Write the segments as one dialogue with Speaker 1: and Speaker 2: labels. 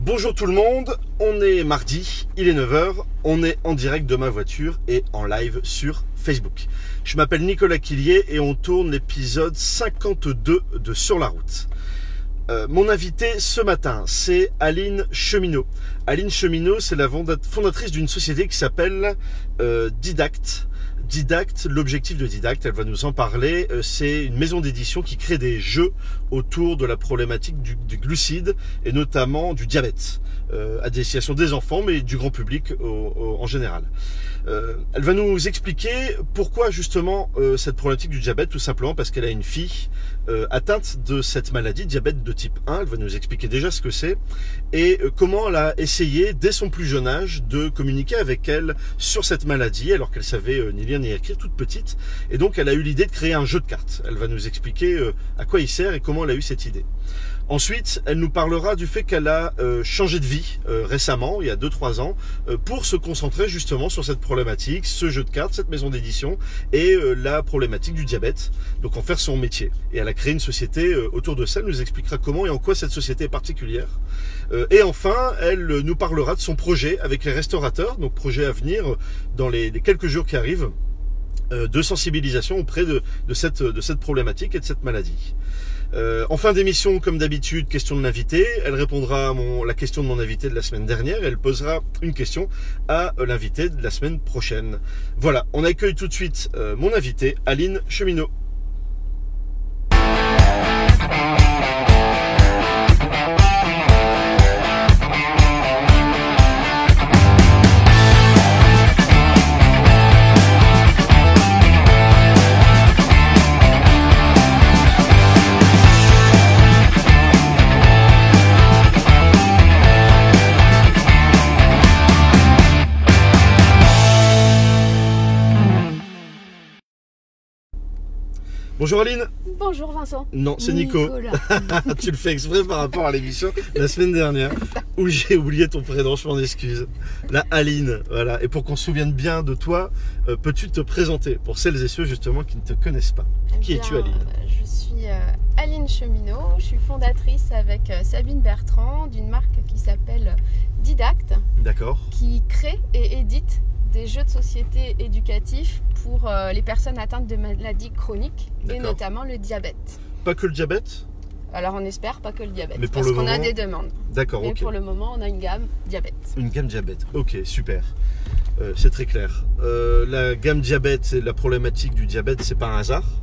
Speaker 1: Bonjour tout le monde, on est mardi, il est 9h, on est en direct de ma voiture et en live sur Facebook. Je m'appelle Nicolas Quillier et on tourne l'épisode 52 de Sur la route. Euh, mon invité ce matin, c'est Aline Cheminot. Aline Cheminot, c'est la fonda- fondatrice d'une société qui s'appelle euh, Didact. Didact, l'objectif de Didact, elle va nous en parler, euh, c'est une maison d'édition qui crée des jeux autour de la problématique du, du glucide et notamment du diabète, euh, à destination des enfants mais du grand public au- au- en général. Euh, elle va nous expliquer pourquoi justement euh, cette problématique du diabète, tout simplement parce qu'elle a une fille euh, atteinte de cette maladie, diabète de type 1, elle va nous expliquer déjà ce que c'est et euh, comment elle a essayé dès son plus jeune âge de communiquer avec elle sur cette maladie alors qu'elle savait euh, ni lire ni écrire toute petite et donc elle a eu l'idée de créer un jeu de cartes. Elle va nous expliquer euh, à quoi il sert et comment elle a eu cette idée. Ensuite, elle nous parlera du fait qu'elle a euh, changé de vie euh, récemment, il y a 2-3 ans, euh, pour se concentrer justement sur cette problématique, ce jeu de cartes, cette maison d'édition et euh, la problématique du diabète. Donc en faire son métier. Et elle a créé une société euh, autour de ça, elle nous expliquera comment et en quoi cette société est particulière. Euh, et enfin, elle euh, nous parlera de son projet avec les restaurateurs, donc projet à venir euh, dans les, les quelques jours qui arrivent, euh, de sensibilisation auprès de, de cette, de cette problématique et de cette maladie. Euh, en fin d'émission, comme d'habitude, question de l'invité. Elle répondra à mon, la question de mon invité de la semaine dernière. et Elle posera une question à euh, l'invité de la semaine prochaine. Voilà, on accueille tout de suite euh, mon invité, Aline Cheminot. Bonjour Aline.
Speaker 2: Bonjour Vincent.
Speaker 1: Non, c'est Nico.
Speaker 2: Nicolas.
Speaker 1: Ah, tu le fais exprès par rapport à l'émission la semaine dernière où j'ai oublié ton prénom, je m'en excuse. La Aline, voilà. Et pour qu'on se souvienne bien de toi, euh, peux-tu te présenter pour celles et ceux justement qui ne te connaissent pas Qui
Speaker 2: Eh
Speaker 1: es-tu,
Speaker 2: bien,
Speaker 1: Aline
Speaker 2: euh, Je suis euh, Aline Cheminot. Je suis fondatrice avec euh, Sabine Bertrand d'une marque qui s'appelle Didact,
Speaker 1: D'accord
Speaker 2: qui crée et édite des jeux de société éducatifs pour euh, les personnes atteintes de maladies chroniques et
Speaker 1: D'accord.
Speaker 2: notamment le diabète.
Speaker 1: Pas que le diabète Alors
Speaker 2: on espère pas que le diabète,
Speaker 1: Mais pour
Speaker 2: parce
Speaker 1: le
Speaker 2: qu'on a
Speaker 1: moment,
Speaker 2: des demandes.
Speaker 1: D'accord,
Speaker 2: Mais
Speaker 1: ok.
Speaker 2: pour le moment, on a une gamme diabète.
Speaker 1: Une gamme diabète, ok, super. Euh, c'est très clair. Euh, la gamme diabète et la problématique du diabète, c'est pas un hasard.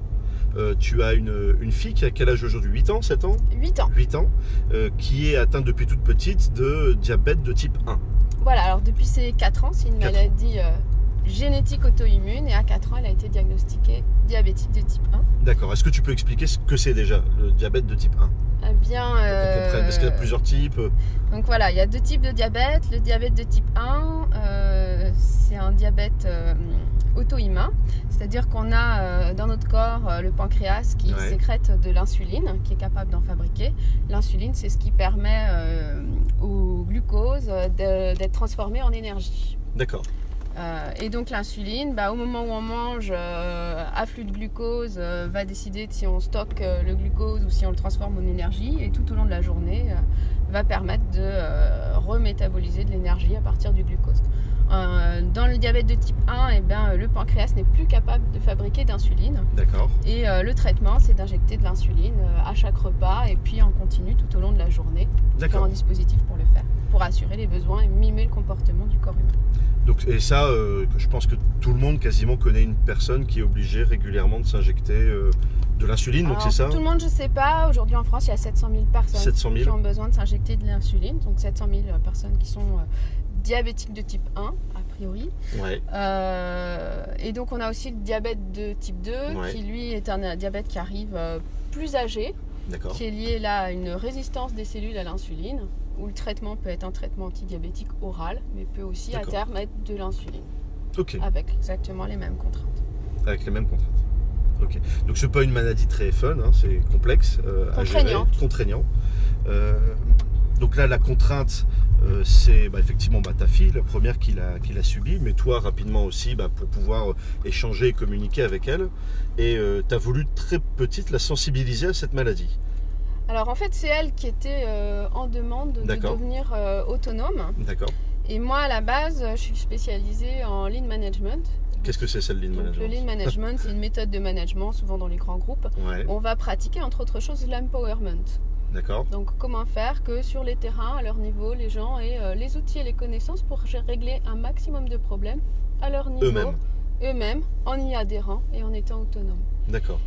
Speaker 1: Euh, tu as une, une fille qui a quel âge aujourd'hui 8 ans, 7 ans
Speaker 2: 8 ans.
Speaker 1: 8 ans, euh, qui est atteinte depuis toute petite de diabète de type 1.
Speaker 2: Voilà, alors depuis ses 4 ans, c'est une
Speaker 1: Quatre ans.
Speaker 2: maladie euh, génétique auto-immune et à 4 ans, elle a été diagnostiquée diabétique de type 1.
Speaker 1: D'accord. Est-ce que tu peux expliquer ce que c'est déjà le diabète de type 1 Pour
Speaker 2: Eh bien,
Speaker 1: qu'on
Speaker 2: euh,
Speaker 1: comprenne, parce qu'il y a plusieurs types.
Speaker 2: donc voilà, il y a deux types de diabète. Le diabète de type 1, euh, c'est un diabète euh, auto-immun, c'est-à-dire qu'on a euh, dans notre corps euh, le pancréas qui
Speaker 1: Ouais.
Speaker 2: sécrète de l'insuline, qui est capable d'en fabriquer. L'insuline, c'est ce qui permet euh, au glucose euh, de- d'être transformé en énergie.
Speaker 1: D'accord.
Speaker 2: Euh, et donc l'insuline, bah, au moment où on mange, euh, afflux de glucose euh, va décider de si on stocke euh, le glucose ou si on le transforme en énergie. Et tout au long de la journée, euh, va permettre de euh, remétaboliser de l'énergie à partir du glucose. Euh, dans le diabète de type 1, eh ben, le pancréas n'est plus capable de fabriquer d'insuline.
Speaker 1: D'accord.
Speaker 2: Et euh, le traitement, c'est d'injecter de l'insuline euh, à chaque repas et puis en continu tout au long de la journée. Faire un
Speaker 1: D'accord.
Speaker 2: dispositif pour le faire, pour assurer les besoins et mimer le comportement du corps humain.
Speaker 1: Donc et ça, euh, je pense que tout le monde quasiment connaît une personne qui est obligée régulièrement de s'injecter euh, de l'insuline. Donc
Speaker 2: Alors,
Speaker 1: c'est ça
Speaker 2: Tout le monde, je sais pas. Aujourd'hui en France, il y a 700 000 personnes
Speaker 1: 700
Speaker 2: qui
Speaker 1: 000.
Speaker 2: ont besoin de s'injecter de l'insuline. Donc 700 000 personnes qui sont euh, diabétiques de type 1, a priori.
Speaker 1: Ouais.
Speaker 2: Euh, et donc on a aussi le diabète de type 2,
Speaker 1: Ouais.
Speaker 2: qui lui est un euh, diabète qui arrive euh, plus âgé,
Speaker 1: D'accord.
Speaker 2: qui est lié là à une résistance des cellules à l'insuline, où le traitement peut être un traitement antidiabétique oral, mais peut aussi à
Speaker 1: D'accord.
Speaker 2: terme être de l'insuline,
Speaker 1: Ok.
Speaker 2: avec exactement les mêmes contraintes.
Speaker 1: Avec les mêmes contraintes. Ok. Donc c'est pas une maladie très fun. hein, c'est complexe. euh, à gérer,
Speaker 2: Contraignante.
Speaker 1: contraignant. Euh, donc là, la contrainte, euh, c'est bah, effectivement bah, ta fille, la première qui l'a, qui l'a subie, mais toi rapidement aussi bah, pour pouvoir échanger et euh, communiquer avec elle. Et tu as voulu très petite la sensibiliser à cette maladie.
Speaker 2: Alors en fait, c'est elle qui était euh, en demande de
Speaker 1: D'accord.
Speaker 2: devenir euh, autonome.
Speaker 1: D'accord.
Speaker 2: Et moi, à la base, je suis spécialisée en lean management.
Speaker 1: Qu'est-ce que c'est ça le lean
Speaker 2: Donc, le
Speaker 1: management
Speaker 2: lean management, c'est une méthode de management, souvent dans les grands groupes.
Speaker 1: Ouais,
Speaker 2: On va pratiquer entre autres choses l'empowerment.
Speaker 1: d'accord.
Speaker 2: Donc comment faire que sur les terrains, à leur niveau, les gens aient euh, les outils et les connaissances pour gé- régler un maximum de problèmes à leur niveau,
Speaker 1: Eux-mêmes.
Speaker 2: eux-mêmes, en y adhérant et en étant autonomes.
Speaker 1: D'accord.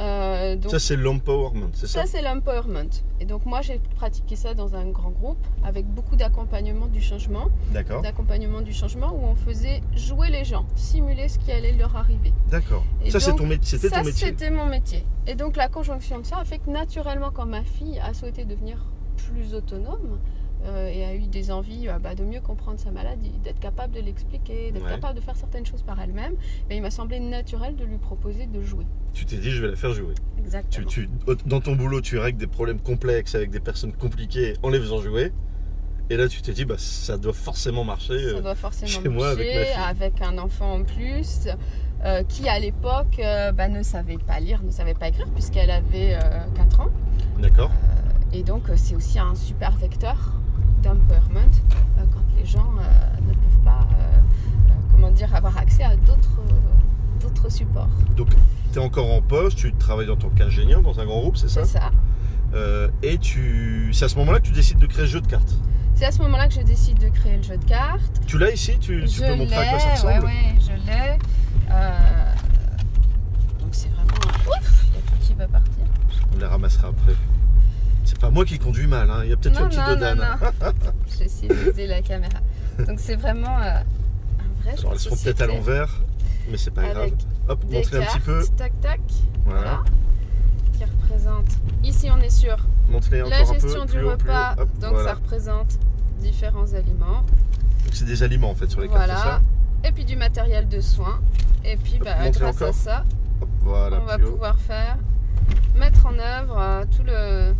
Speaker 2: Euh, donc,
Speaker 1: Ça, c'est l'empowerment, c'est ça,
Speaker 2: ça, c'est l'empowerment. Et donc, moi, j'ai pratiqué ça dans un grand groupe avec beaucoup d'accompagnement du changement.
Speaker 1: D'accord.
Speaker 2: D'accompagnement du changement où on faisait jouer les gens, simuler ce qui allait leur arriver.
Speaker 1: D'accord.
Speaker 2: Et
Speaker 1: Ça, c'est
Speaker 2: donc,
Speaker 1: ton mét- c'était
Speaker 2: ça,
Speaker 1: ton métier.
Speaker 2: c'était mon métier. Et donc, la conjonction de ça a fait que naturellement, quand ma fille a souhaité devenir plus autonome euh, et a eu des envies euh, bah, de mieux comprendre sa maladie, d'être capable de l'expliquer, d'être
Speaker 1: Ouais.
Speaker 2: capable de faire certaines choses par elle-même, bah, il m'a semblé naturel de lui proposer de jouer.
Speaker 1: Tu t'es dit, je vais la faire jouer. Tu,
Speaker 2: Exactement.
Speaker 1: tu- dans ton boulot, tu règles des problèmes complexes avec des personnes compliquées en les faisant jouer. Et là, tu t'es dit, bah, ça doit forcément marcher.
Speaker 2: Ça
Speaker 1: euh,
Speaker 2: doit forcément
Speaker 1: chez moi, avec
Speaker 2: marcher,
Speaker 1: ma
Speaker 2: avec un enfant en plus, euh, qui à l'époque euh, bah, ne savait pas lire, ne savait pas écrire, puisqu'elle avait euh, 4 ans.
Speaker 1: D'accord.
Speaker 2: Et donc, euh, c'est aussi un super vecteur d'empowerment euh, quand les gens euh, ne peuvent pas euh, euh, comment dire, avoir accès à d'autres euh, d'autres supports.
Speaker 1: Donc, tu es encore en poste, tu travailles dans tant qu'ingénieur dans un grand groupe, c'est ça
Speaker 2: C'est ça.
Speaker 1: Euh, Et tu... c'est à ce moment-là que tu décides de créer ce jeu de cartes.
Speaker 2: C'est à ce moment-là que je décide de créer le jeu de cartes.
Speaker 1: Tu l'as ici Tu, tu
Speaker 2: je
Speaker 1: peux montrer à quoi ça
Speaker 2: l'ai,
Speaker 1: ressemble
Speaker 2: ouais, ouais, je l'ai. Euh, donc, c'est vraiment. Ouf, il y a tout qui va partir.
Speaker 1: On la ramassera après. C'est pas moi qui conduis mal, hein. il y a peut-être
Speaker 2: Non,
Speaker 1: le petit
Speaker 2: non,
Speaker 1: dodan.
Speaker 2: non, J'ai essayé de viser la caméra. Donc c'est vraiment euh, un vrai jeu
Speaker 1: Alors
Speaker 2: de
Speaker 1: elles seront
Speaker 2: société
Speaker 1: peut-être à l'envers, mais c'est pas grave.
Speaker 2: Avec
Speaker 1: Hop,
Speaker 2: des
Speaker 1: montrez un
Speaker 2: cartes,
Speaker 1: petit peu.
Speaker 2: tac tac,
Speaker 1: Voilà.
Speaker 2: voilà. Qui représente. Ici on est sur
Speaker 1: Montrez encore
Speaker 2: la
Speaker 1: un peu.
Speaker 2: gestion du
Speaker 1: plus haut, plus haut.
Speaker 2: repas,
Speaker 1: Hop,
Speaker 2: donc
Speaker 1: voilà.
Speaker 2: ça représente différents aliments.
Speaker 1: Donc c'est des aliments en fait sur les
Speaker 2: Voilà.
Speaker 1: cartes.
Speaker 2: Et puis du matériel de soins. Et puis
Speaker 1: Hop,
Speaker 2: bah,
Speaker 1: montrez
Speaker 2: grâce
Speaker 1: encore.
Speaker 2: à ça,
Speaker 1: c'est ça Hop, voilà.
Speaker 2: on va
Speaker 1: plus haut.
Speaker 2: pouvoir faire mettre en œuvre euh, tout le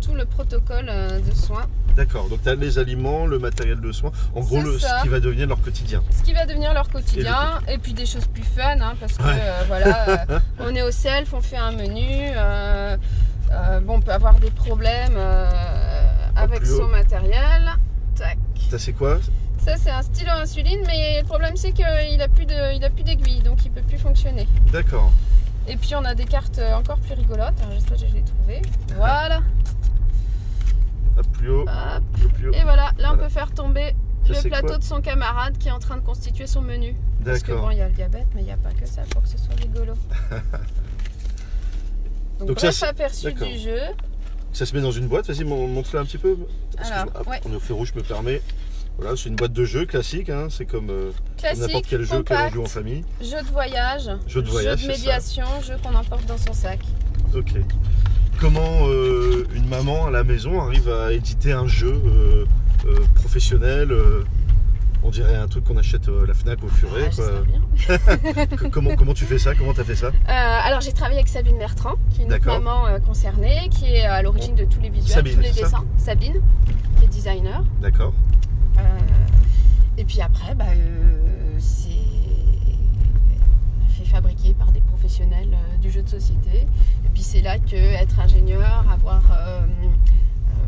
Speaker 2: tout le protocole euh, de soins
Speaker 1: D'accord. Donc tu as les aliments, le matériel de soins. En gros,
Speaker 2: C'est
Speaker 1: le,
Speaker 2: ça.
Speaker 1: ce qui va devenir leur quotidien.
Speaker 2: ce qui va devenir leur quotidien et, puis des choses plus fun hein, parce que
Speaker 1: Ouais.
Speaker 2: euh, voilà euh, on est au self on fait un menu euh, euh, bon on peut avoir des problèmes euh, avec
Speaker 1: plus haut.
Speaker 2: son matériel tac
Speaker 1: Ça c'est quoi
Speaker 2: ça c'est un stylo à insuline mais le problème c'est qu'il a plus de il a plus d'aiguille donc il peut plus fonctionner
Speaker 1: D'accord.
Speaker 2: et puis on a des cartes euh, encore plus rigolotes Alors, j'espère que je les ai trouvées voilà
Speaker 1: Hop, plus haut,
Speaker 2: hop.
Speaker 1: plus, plus haut.
Speaker 2: Euh, et voilà là on
Speaker 1: Voilà.
Speaker 2: peut faire tomber
Speaker 1: Ça,
Speaker 2: le
Speaker 1: c'est quoi
Speaker 2: plateau de son camarade qui est en train de constituer son menu Parce que
Speaker 1: D'accord.
Speaker 2: bon, il y a le diabète, mais il n'y a pas que ça pour que ce soit rigolo. Donc,
Speaker 1: Donc ça,
Speaker 2: bref
Speaker 1: c'est-
Speaker 2: aperçu
Speaker 1: d'accord.
Speaker 2: du jeu.
Speaker 1: Ça se met dans une boîte. Vas-y, mon- montre-la un petit peu. Excuse-moi.
Speaker 2: Alors,
Speaker 1: Hop,
Speaker 2: ouais.
Speaker 1: On est au feu rouge, je me permets. Voilà, c'est une boîte de jeu classique. hein. C'est comme euh, comme n'importe
Speaker 2: Classique,
Speaker 1: quel jeu qu'on
Speaker 2: compact,
Speaker 1: joue en famille.
Speaker 2: jeu de voyage,
Speaker 1: Jeu de voyage, c'est ça.
Speaker 2: médiation, jeu qu'on emporte dans son sac.
Speaker 1: Ok. Comment euh, une maman à la maison arrive à éditer un jeu euh, euh, professionnel euh, On dirait un truc qu'on achète euh, à la Fnac au
Speaker 2: Ah,
Speaker 1: furet. quoi.
Speaker 2: j'espère bien.
Speaker 1: Que- comment, comment tu fais ça Comment t'as fait ça
Speaker 2: Euh, alors j'ai travaillé avec Sabine Bertrand, qui est une autre
Speaker 1: D'accord.
Speaker 2: maman euh, concernée, qui est à l'origine de tous les visuels,
Speaker 1: Sabine,
Speaker 2: tous les
Speaker 1: c'est ça
Speaker 2: dessins. Sabine, qui est designer.
Speaker 1: D'accord.
Speaker 2: Euh, et puis après, bah, euh, c'est on a fait fabriquer par des professionnels euh, du jeu de société. Et puis c'est là que être ingénieur, avoir euh, euh,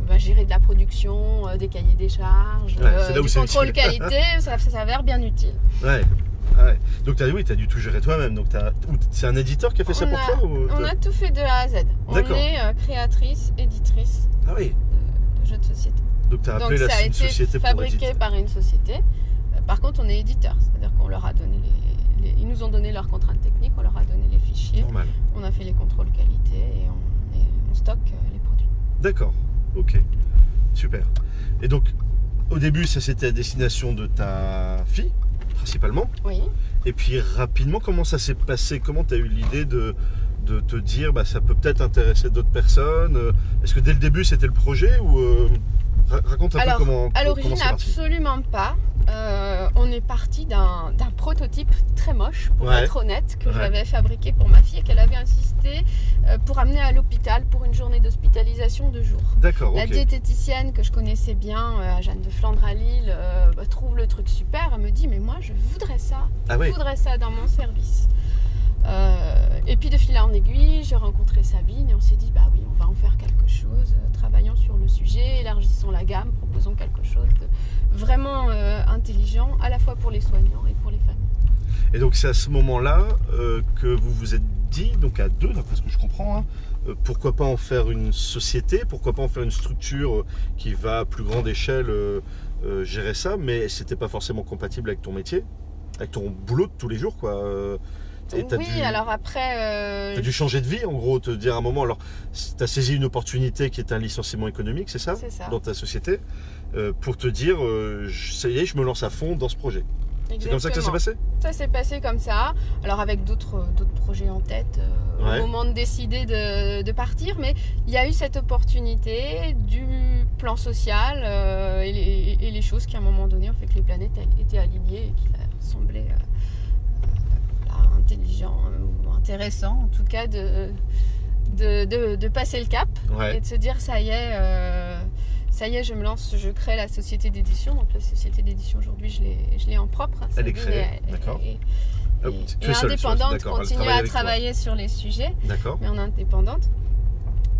Speaker 2: bah, gérer de la production, euh, des cahiers des charges, euh,
Speaker 1: Ouais, c'est là où
Speaker 2: du
Speaker 1: c'est
Speaker 2: contrôle
Speaker 1: utile.
Speaker 2: qualité, ça, ça s'avère bien utile.
Speaker 1: Ouais. Ah ouais. Donc t'as oui, t'as dû tout gérer toi-même. Donc t'as- ou t- c'est un éditeur qui a fait ça
Speaker 2: On
Speaker 1: pour
Speaker 2: a-
Speaker 1: toi ou
Speaker 2: On
Speaker 1: t'as-
Speaker 2: a tout fait de A à Z. On
Speaker 1: D'accord.
Speaker 2: est euh, créatrice, éditrice
Speaker 1: Ah oui.
Speaker 2: de jeux de société.
Speaker 1: Donc t'as
Speaker 2: Donc
Speaker 1: appelé
Speaker 2: ça
Speaker 1: la
Speaker 2: a
Speaker 1: une
Speaker 2: été
Speaker 1: société pour éditer.
Speaker 2: fabriqué par une société. Euh, Par contre, on est éditeur, c'est-à-dire qu'on leur a donné les, les- ils nous ont donné leurs contraintes techniques, on leur a donné les fichiers,
Speaker 1: Normal.
Speaker 2: on a fait les contrôles qualité et on, est- on stocke euh, les produits.
Speaker 1: D'accord. Ok. Super. Et donc au début, ça c'était à destination de ta fille principalement.
Speaker 2: Oui.
Speaker 1: Et puis rapidement, comment ça s'est passé Comment tu as eu l'idée de, de te dire bah, ça peut peut-être intéresser d'autres personnes Euh, Est-ce que dès le début c'était le projet ou euh, ra- raconte un
Speaker 2: Alors,
Speaker 1: peu comment
Speaker 2: À
Speaker 1: co-
Speaker 2: l'origine,
Speaker 1: comment c'est parti
Speaker 2: absolument pas. Euh, on est parti d'un d'un prototype très moche, pour
Speaker 1: Ouais.
Speaker 2: être honnête, que
Speaker 1: Ouais.
Speaker 2: j'avais fabriqué pour ma fille et qu'elle avait insisté euh, pour amener à l'hôpital pour une journée d'hospitalisation de jour.
Speaker 1: D'accord,
Speaker 2: La
Speaker 1: ok.
Speaker 2: diététicienne que je connaissais bien, euh, Jeanne de Flandre à Lille, euh, bah, trouve le truc super. Elle me dit Mais moi, je voudrais ça.
Speaker 1: Ah oui,
Speaker 2: Je voudrais ça dans mon service. Euh, Euh, et puis de fil en aiguille, j'ai rencontré Sabine et on s'est dit bah oui, on va en faire quelque chose, euh, travaillant sur le sujet, élargissons la gamme, proposons quelque chose de vraiment euh, intelligent, à la fois pour les soignants et pour les familles.
Speaker 1: Et donc c'est à ce moment-là euh, que vous vous êtes dit, donc à deux, d'après ce que je comprends, hein, euh, pourquoi pas en faire une société, pourquoi pas en faire une structure euh, qui va à plus grande échelle euh, euh, gérer ça, mais c'était pas forcément compatible avec ton métier, avec ton boulot de tous les jours, quoi. euh, et t'as
Speaker 2: oui,
Speaker 1: dû-
Speaker 2: alors après, euh,
Speaker 1: T'as dû changer de vie, en gros, te dire à un moment. Alors, t'as saisi une opportunité qui est un licenciement économique, c'est ça
Speaker 2: c'est ça.
Speaker 1: Dans ta société, euh, pour te dire, euh, je- ça y est, je me lance à fond dans ce projet. C'est comme ça que ça s'est
Speaker 2: Exactement.
Speaker 1: passé
Speaker 2: Ça s'est passé comme ça, alors avec d'autres euh, d'autres projets en tête euh,
Speaker 1: Ouais.
Speaker 2: au moment de décider de, de partir, mais il y a eu cette opportunité du plan social euh, et, les, et les choses qui à un moment donné ont fait que les planètes elles, étaient alignées et qu'il a semblé euh, euh, voilà, intelligent euh, ou intéressant en tout cas de, de, de- de passer le cap
Speaker 1: Ouais.
Speaker 2: et de se dire ça y est. euh, ça y est, je me lance, je crée la société d'édition. Donc la société d'édition aujourd'hui, je l'ai- je l'ai en propre. hein,
Speaker 1: Elle est
Speaker 2: Sabine
Speaker 1: créée,
Speaker 2: est-
Speaker 1: d'accord.
Speaker 2: est-
Speaker 1: Ah
Speaker 2: et,
Speaker 1: oui, tu es seule
Speaker 2: et
Speaker 1: sur-
Speaker 2: indépendante,
Speaker 1: d'accord, elle
Speaker 2: continue
Speaker 1: travaille
Speaker 2: à
Speaker 1: avec toi.
Speaker 2: travailler sur les sujets,
Speaker 1: D'accord.
Speaker 2: mais en indépendante.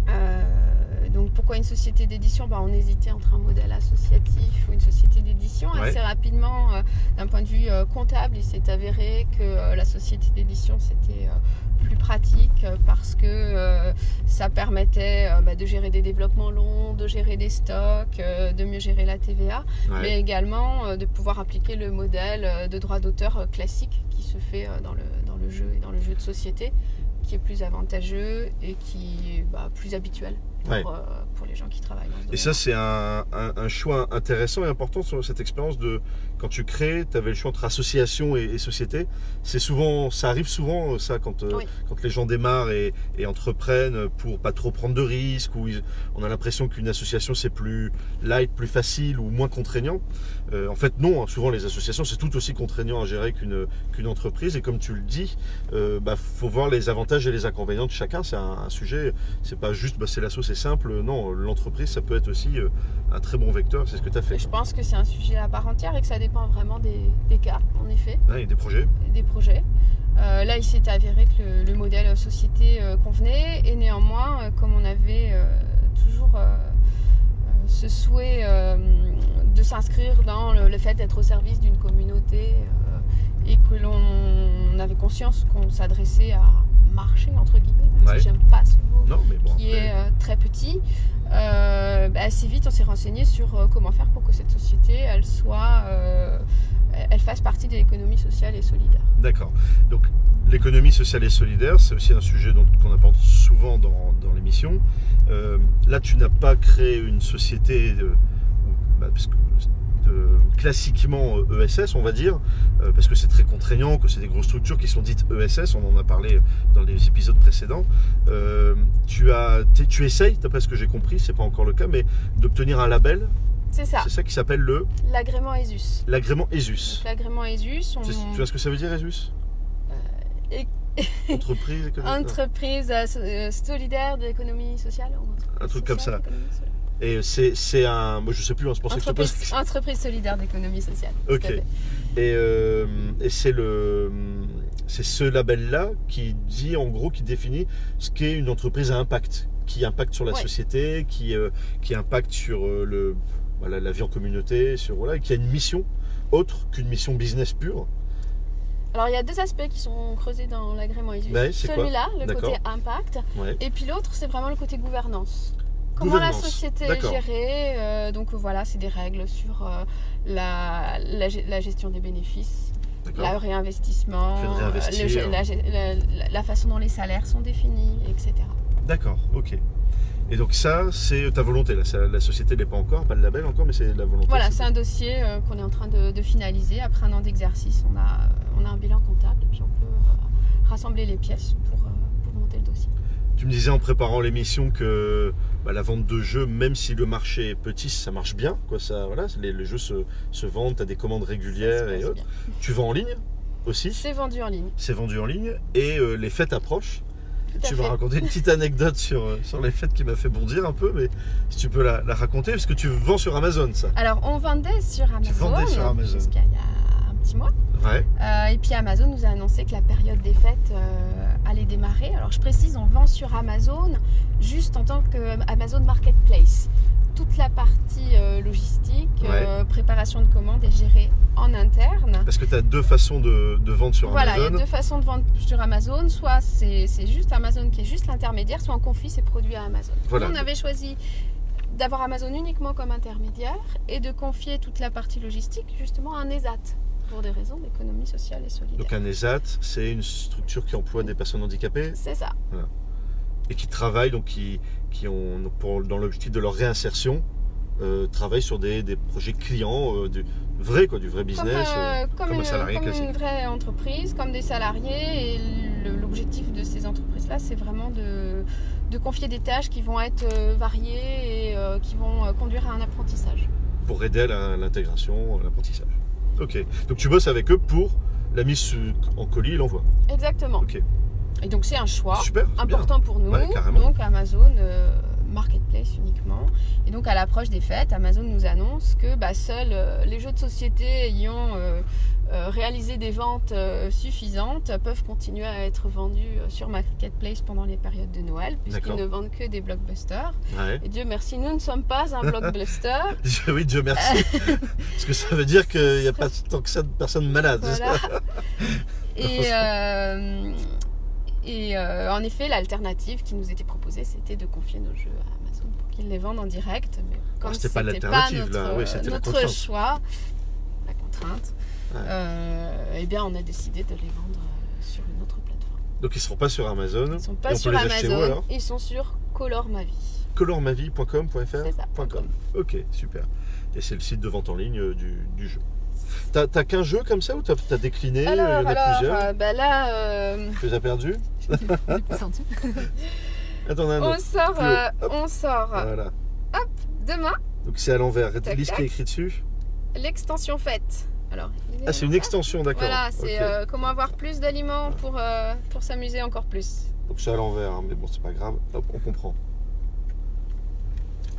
Speaker 2: Euh, donc pourquoi une société d'édition Bah, On hésitait entre un modèle associatif ou une société d'édition.
Speaker 1: Ouais.
Speaker 2: Assez rapidement, euh, d'un point de vue euh, comptable, il s'est avéré que euh, la société d'édition, c'était euh, plus pratique euh, parce que euh, ça permettait euh, bah, de gérer des développements longs, de gérer des stocks, euh, de mieux gérer la TVA
Speaker 1: Ouais.
Speaker 2: mais également euh, de pouvoir appliquer le modèle euh, de droit d'auteur euh, classique qui se fait euh, dans le, dans le jeu et dans le jeu de société, qui est plus avantageux et qui est bah, plus habituel pour,
Speaker 1: Ouais.
Speaker 2: euh, pour les gens qui travaillent. dans ce
Speaker 1: Et
Speaker 2: domaine.
Speaker 1: ça, c'est un, un- un choix intéressant et important sur cette expérience de quand tu crées, tu avais le choix entre association et, et société. C'est souvent, ça arrive souvent euh, ça quand euh,
Speaker 2: Oui.
Speaker 1: quand les gens démarrent et, et entreprennent pour pas trop prendre de risques ou ils- on a l'impression qu'une association c'est plus light, plus facile ou moins contraignant. Euh, en fait, non. hein. souvent, les associations c'est tout aussi contraignant à gérer qu'une qu'une entreprise. Et comme tu le dis, euh, bah, faut voir les avantages et les inconvénients de chacun. C'est un, un sujet. C'est pas juste bah, c'est l'asso, c'est simple. Non, l'entreprise ça peut être aussi euh, un très bon vecteur. C'est ce que tu as fait.
Speaker 2: Et je pense que c'est un sujet à part entière et que ça dépend vraiment des, des cas, en effet,
Speaker 1: Hein, il y a des projets.
Speaker 2: et des projets. Euh, là, il s'est avéré que le, le modèle euh, société euh, convenait et néanmoins, euh, comme on avait euh, toujours euh, euh, ce souhait euh, de s'inscrire dans le, le fait d'être au service d'une communauté euh, et que l'on avait conscience qu'on s'adressait à un marché entre guillemets, même
Speaker 1: Ouais.
Speaker 2: si j'aime pas ce mot
Speaker 1: Non, mais bon.
Speaker 2: qui
Speaker 1: après-
Speaker 2: est euh, très petit. Euh, bah, assez vite, on s'est renseigné sur euh, comment faire pour que cette société, elle soit, euh, elle fasse partie de l'économie sociale et solidaire.
Speaker 1: D'accord. Donc l'économie sociale et solidaire, c'est aussi un sujet dont- qu'on apporte souvent dans, dans l'émission. Euh, là, tu n'as pas créé une société euh, ou- bah, parce que, euh, classiquement euh, ESS, on va dire, euh, parce que c'est très contraignant, que c'est des grosses structures qui sont dites ESS, on en a parlé dans les épisodes précédents. Euh, tu, as, t'es- tu essayes, d'après ce que j'ai compris, c'est pas encore le cas, mais d'obtenir un label,
Speaker 2: C'est ça,
Speaker 1: c'est ça qui s'appelle le
Speaker 2: l'agrément ESUS.
Speaker 1: l'agrément E
Speaker 2: Donc,
Speaker 1: ESUS.
Speaker 2: L'agrément ESUS, on...
Speaker 1: Tu tu vois ce que ça veut dire, ESUS
Speaker 2: Euh, et-
Speaker 1: Entreprise économique, non
Speaker 2: Entreprise euh, so- euh, solidaire de l'économie sociale ou entreprise
Speaker 1: Un truc comme
Speaker 2: sociale
Speaker 1: ça.
Speaker 2: d'économie sociale
Speaker 1: Et c'est c'est un. Moi, je sais plus, hein, c'est pour ça que je te pose.
Speaker 2: Entreprise, entreprise solidaire d'économie sociale. tout
Speaker 1: Ok.
Speaker 2: à fait.
Speaker 1: Et, euh, et c'est le. C'est ce label-là qui dit, en gros, qui définit ce qu'est une entreprise à impact, qui impacte sur la
Speaker 2: Ouais.
Speaker 1: société, qui, euh, qui impacte sur euh, le, voilà, la vie en communauté, sur, voilà, et qui a une mission autre qu'une mission business pure.
Speaker 2: Alors il y a deux aspects qui sont creusés dans l'agrément ISU.
Speaker 1: Ouais, c'est quoi
Speaker 2: Celui-là, le
Speaker 1: D'accord.
Speaker 2: côté impact,
Speaker 1: Ouais.
Speaker 2: et puis l'autre, c'est vraiment le côté gouvernance. Comment
Speaker 1: Gouvernance,
Speaker 2: la société est
Speaker 1: d'accord.
Speaker 2: gérée, euh, donc voilà, c'est des règles sur euh, la, la ge- la gestion des bénéfices, le
Speaker 1: D'accord.
Speaker 2: réinvestissement,
Speaker 1: Le réinvestir.
Speaker 2: euh, ge- la ge- la- la façon dont les salaires sont définis, etc.
Speaker 1: D'accord, ok. Et donc, ça, c'est ta volonté. Là. Ça- La société n'est pas encore, pas le label encore, mais c'est la volonté.
Speaker 2: Voilà,
Speaker 1: c'est-
Speaker 2: c'est un dossier euh, qu'on est en train de, de finaliser. Après un an d'exercice, on a, on a un bilan comptable et puis on peut euh, rassembler les pièces pour, euh, pour monter le dossier.
Speaker 1: Tu me disais en préparant l'émission que bah, la vente de jeux, même si le marché est petit, ça marche bien. Quoi, ça, voilà, les, les jeux se, se vendent, tu as des commandes régulières
Speaker 2: Ça se
Speaker 1: et
Speaker 2: passe
Speaker 1: autres.
Speaker 2: bien.
Speaker 1: Tu vends en ligne aussi,
Speaker 2: C'est vendu en ligne.
Speaker 1: c'est vendu en ligne et euh, les fêtes approchent.
Speaker 2: Tout à
Speaker 1: Tu vas
Speaker 2: fait.
Speaker 1: raconter une petite anecdote sur, euh, sur les fêtes qui m'a fait bondir un peu, mais si tu peux la, la raconter, parce que tu vends sur Amazon ça.
Speaker 2: Alors, on vendait sur Amazon. euh,
Speaker 1: vendais sur Amazon.
Speaker 2: Jusqu'à il y a un petit 6 mois.
Speaker 1: Ouais.
Speaker 2: Euh, et puis Amazon nous a annoncé que la période des fêtes euh, allait démarrer. Alors je précise, on vend sur Amazon juste en tant que euh, Amazon Marketplace. Toute la partie euh, logistique, euh, préparation de commandes est gérée en interne.
Speaker 1: Parce que tu as deux façons de, de vendre sur
Speaker 2: voilà, il y a
Speaker 1: Amazon.
Speaker 2: deux façons de vendre sur Amazon. Soit c'est c'est juste Amazon qui est juste l'intermédiaire, soit on confie ses produits à Amazon.
Speaker 1: Voilà.
Speaker 2: On avait choisi d'avoir Amazon uniquement comme intermédiaire et de confier toute la partie logistique justement à un E ESAT pour des raisons d'économie sociale et solidaire.
Speaker 1: Donc un E ESAT, c'est une structure qui emploie des personnes handicapées
Speaker 2: C'est ça.
Speaker 1: et qui travaillent, donc qui, qui ont, donc, pour- dans l'objectif de leur réinsertion, euh, travaillent sur des, des projets clients, euh, du vrai quoi, du vrai
Speaker 2: Comme,
Speaker 1: business.
Speaker 2: euh, comme
Speaker 1: comme un
Speaker 2: une,
Speaker 1: salarié
Speaker 2: comme une
Speaker 1: classique.
Speaker 2: vraie entreprise, comme des salariés. Et le- l'objectif de ces entreprises-là, c'est vraiment de, de confier des tâches qui vont être euh, variées et euh, qui vont euh, conduire à un apprentissage.
Speaker 1: euh, pour aider à la- l'intégration, à l'apprentissage. Ok. Donc tu bosses avec eux pour la mise sous- en colis et l'envoi.
Speaker 2: Exactement.
Speaker 1: Ok.
Speaker 2: Et donc c'est un choix
Speaker 1: Super. c'est bien.
Speaker 2: important pour nous.
Speaker 1: Ouais, carrément.
Speaker 2: donc Amazon euh, Marketplace uniquement. Et donc à l'approche des fêtes, Amazon nous annonce que bah, seuls euh, les jeux de société ayant euh, euh, réalisé des ventes euh, suffisantes peuvent continuer à être vendus euh, sur Marketplace pendant les périodes de Noël, puisqu'ils
Speaker 1: D'accord.
Speaker 2: ne vendent que des blockbusters.
Speaker 1: Ouais.
Speaker 2: Et Dieu merci, nous ne sommes pas un blockbuster.
Speaker 1: Oui, Dieu merci. Parce que ça veut dire qu'il n'y a pas tant que ça de personnes malades. c'est ça
Speaker 2: Voilà. Et, euh, et euh, en effet, l'alternative qui nous était proposée, c'était de confier nos jeux à Amazon pour qu'ils les vendent en direct. Mais comme
Speaker 1: Ah,
Speaker 2: c'était
Speaker 1: c'était
Speaker 2: pas,
Speaker 1: pas l'alternative, là.
Speaker 2: notre,
Speaker 1: Oui, c'était la
Speaker 2: notre
Speaker 1: contrainte.
Speaker 2: choix, la contrainte,
Speaker 1: Ouais.
Speaker 2: euh, eh bien, on a décidé de les vendre euh, sur une autre plateforme.
Speaker 1: Donc ils ne seront pas sur Amazon.
Speaker 2: Ils sont
Speaker 1: Et
Speaker 2: pas
Speaker 1: on
Speaker 2: sur
Speaker 1: peut les acheter où,
Speaker 2: Amazon,
Speaker 1: alors
Speaker 2: ils sont sur Color Ma Vie. C'est
Speaker 1: colormavie.com.fr
Speaker 2: ça.
Speaker 1: .com. Ok, super. Et c'est le site de vente en ligne euh, du, du jeu. T'as t'as qu'un jeu comme ça ou t'as as décliné euh,
Speaker 2: Alors,
Speaker 1: Il y en a
Speaker 2: alors,
Speaker 1: plusieurs
Speaker 2: euh, bah là, euh,
Speaker 1: Tu les as perdus Attends, on a un
Speaker 2: on
Speaker 1: autre.
Speaker 2: sort,
Speaker 1: Plus haut.
Speaker 2: euh,
Speaker 1: Hop.
Speaker 2: on sort
Speaker 1: Voilà.
Speaker 2: demain
Speaker 1: Donc c'est à l'envers. Et t'as
Speaker 2: Tac,
Speaker 1: liste qui
Speaker 2: tac.
Speaker 1: est écrite dessus
Speaker 2: l'extension fête. Alors, il est
Speaker 1: Ah, c'est une
Speaker 2: là.
Speaker 1: extension, d'accord.
Speaker 2: Voilà, c'est
Speaker 1: Ok.
Speaker 2: euh, comment avoir plus d'aliments pour, euh, pour s'amuser encore plus.
Speaker 1: Donc c'est à l'envers, hein, mais bon, c'est pas grave. Hop, on comprend.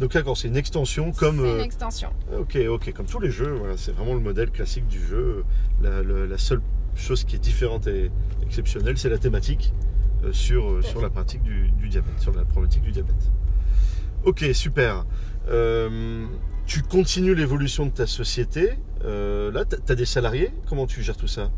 Speaker 1: Donc d'accord, c'est une extension comme.
Speaker 2: C'est une
Speaker 1: euh,
Speaker 2: extension.
Speaker 1: Ok, ok, comme tous les jeux, voilà, c'est vraiment le modèle classique du jeu. La, le- la seule chose qui est différente et exceptionnelle, c'est la thématique euh, sur, euh,
Speaker 2: Tout à
Speaker 1: sur
Speaker 2: fait.
Speaker 1: la pratique du, du diabète, sur la problématique du diabète. Ok, super. Euh, tu continues l'évolution de ta société. Euh, là, tu as des salariés. Comment tu gères tout ça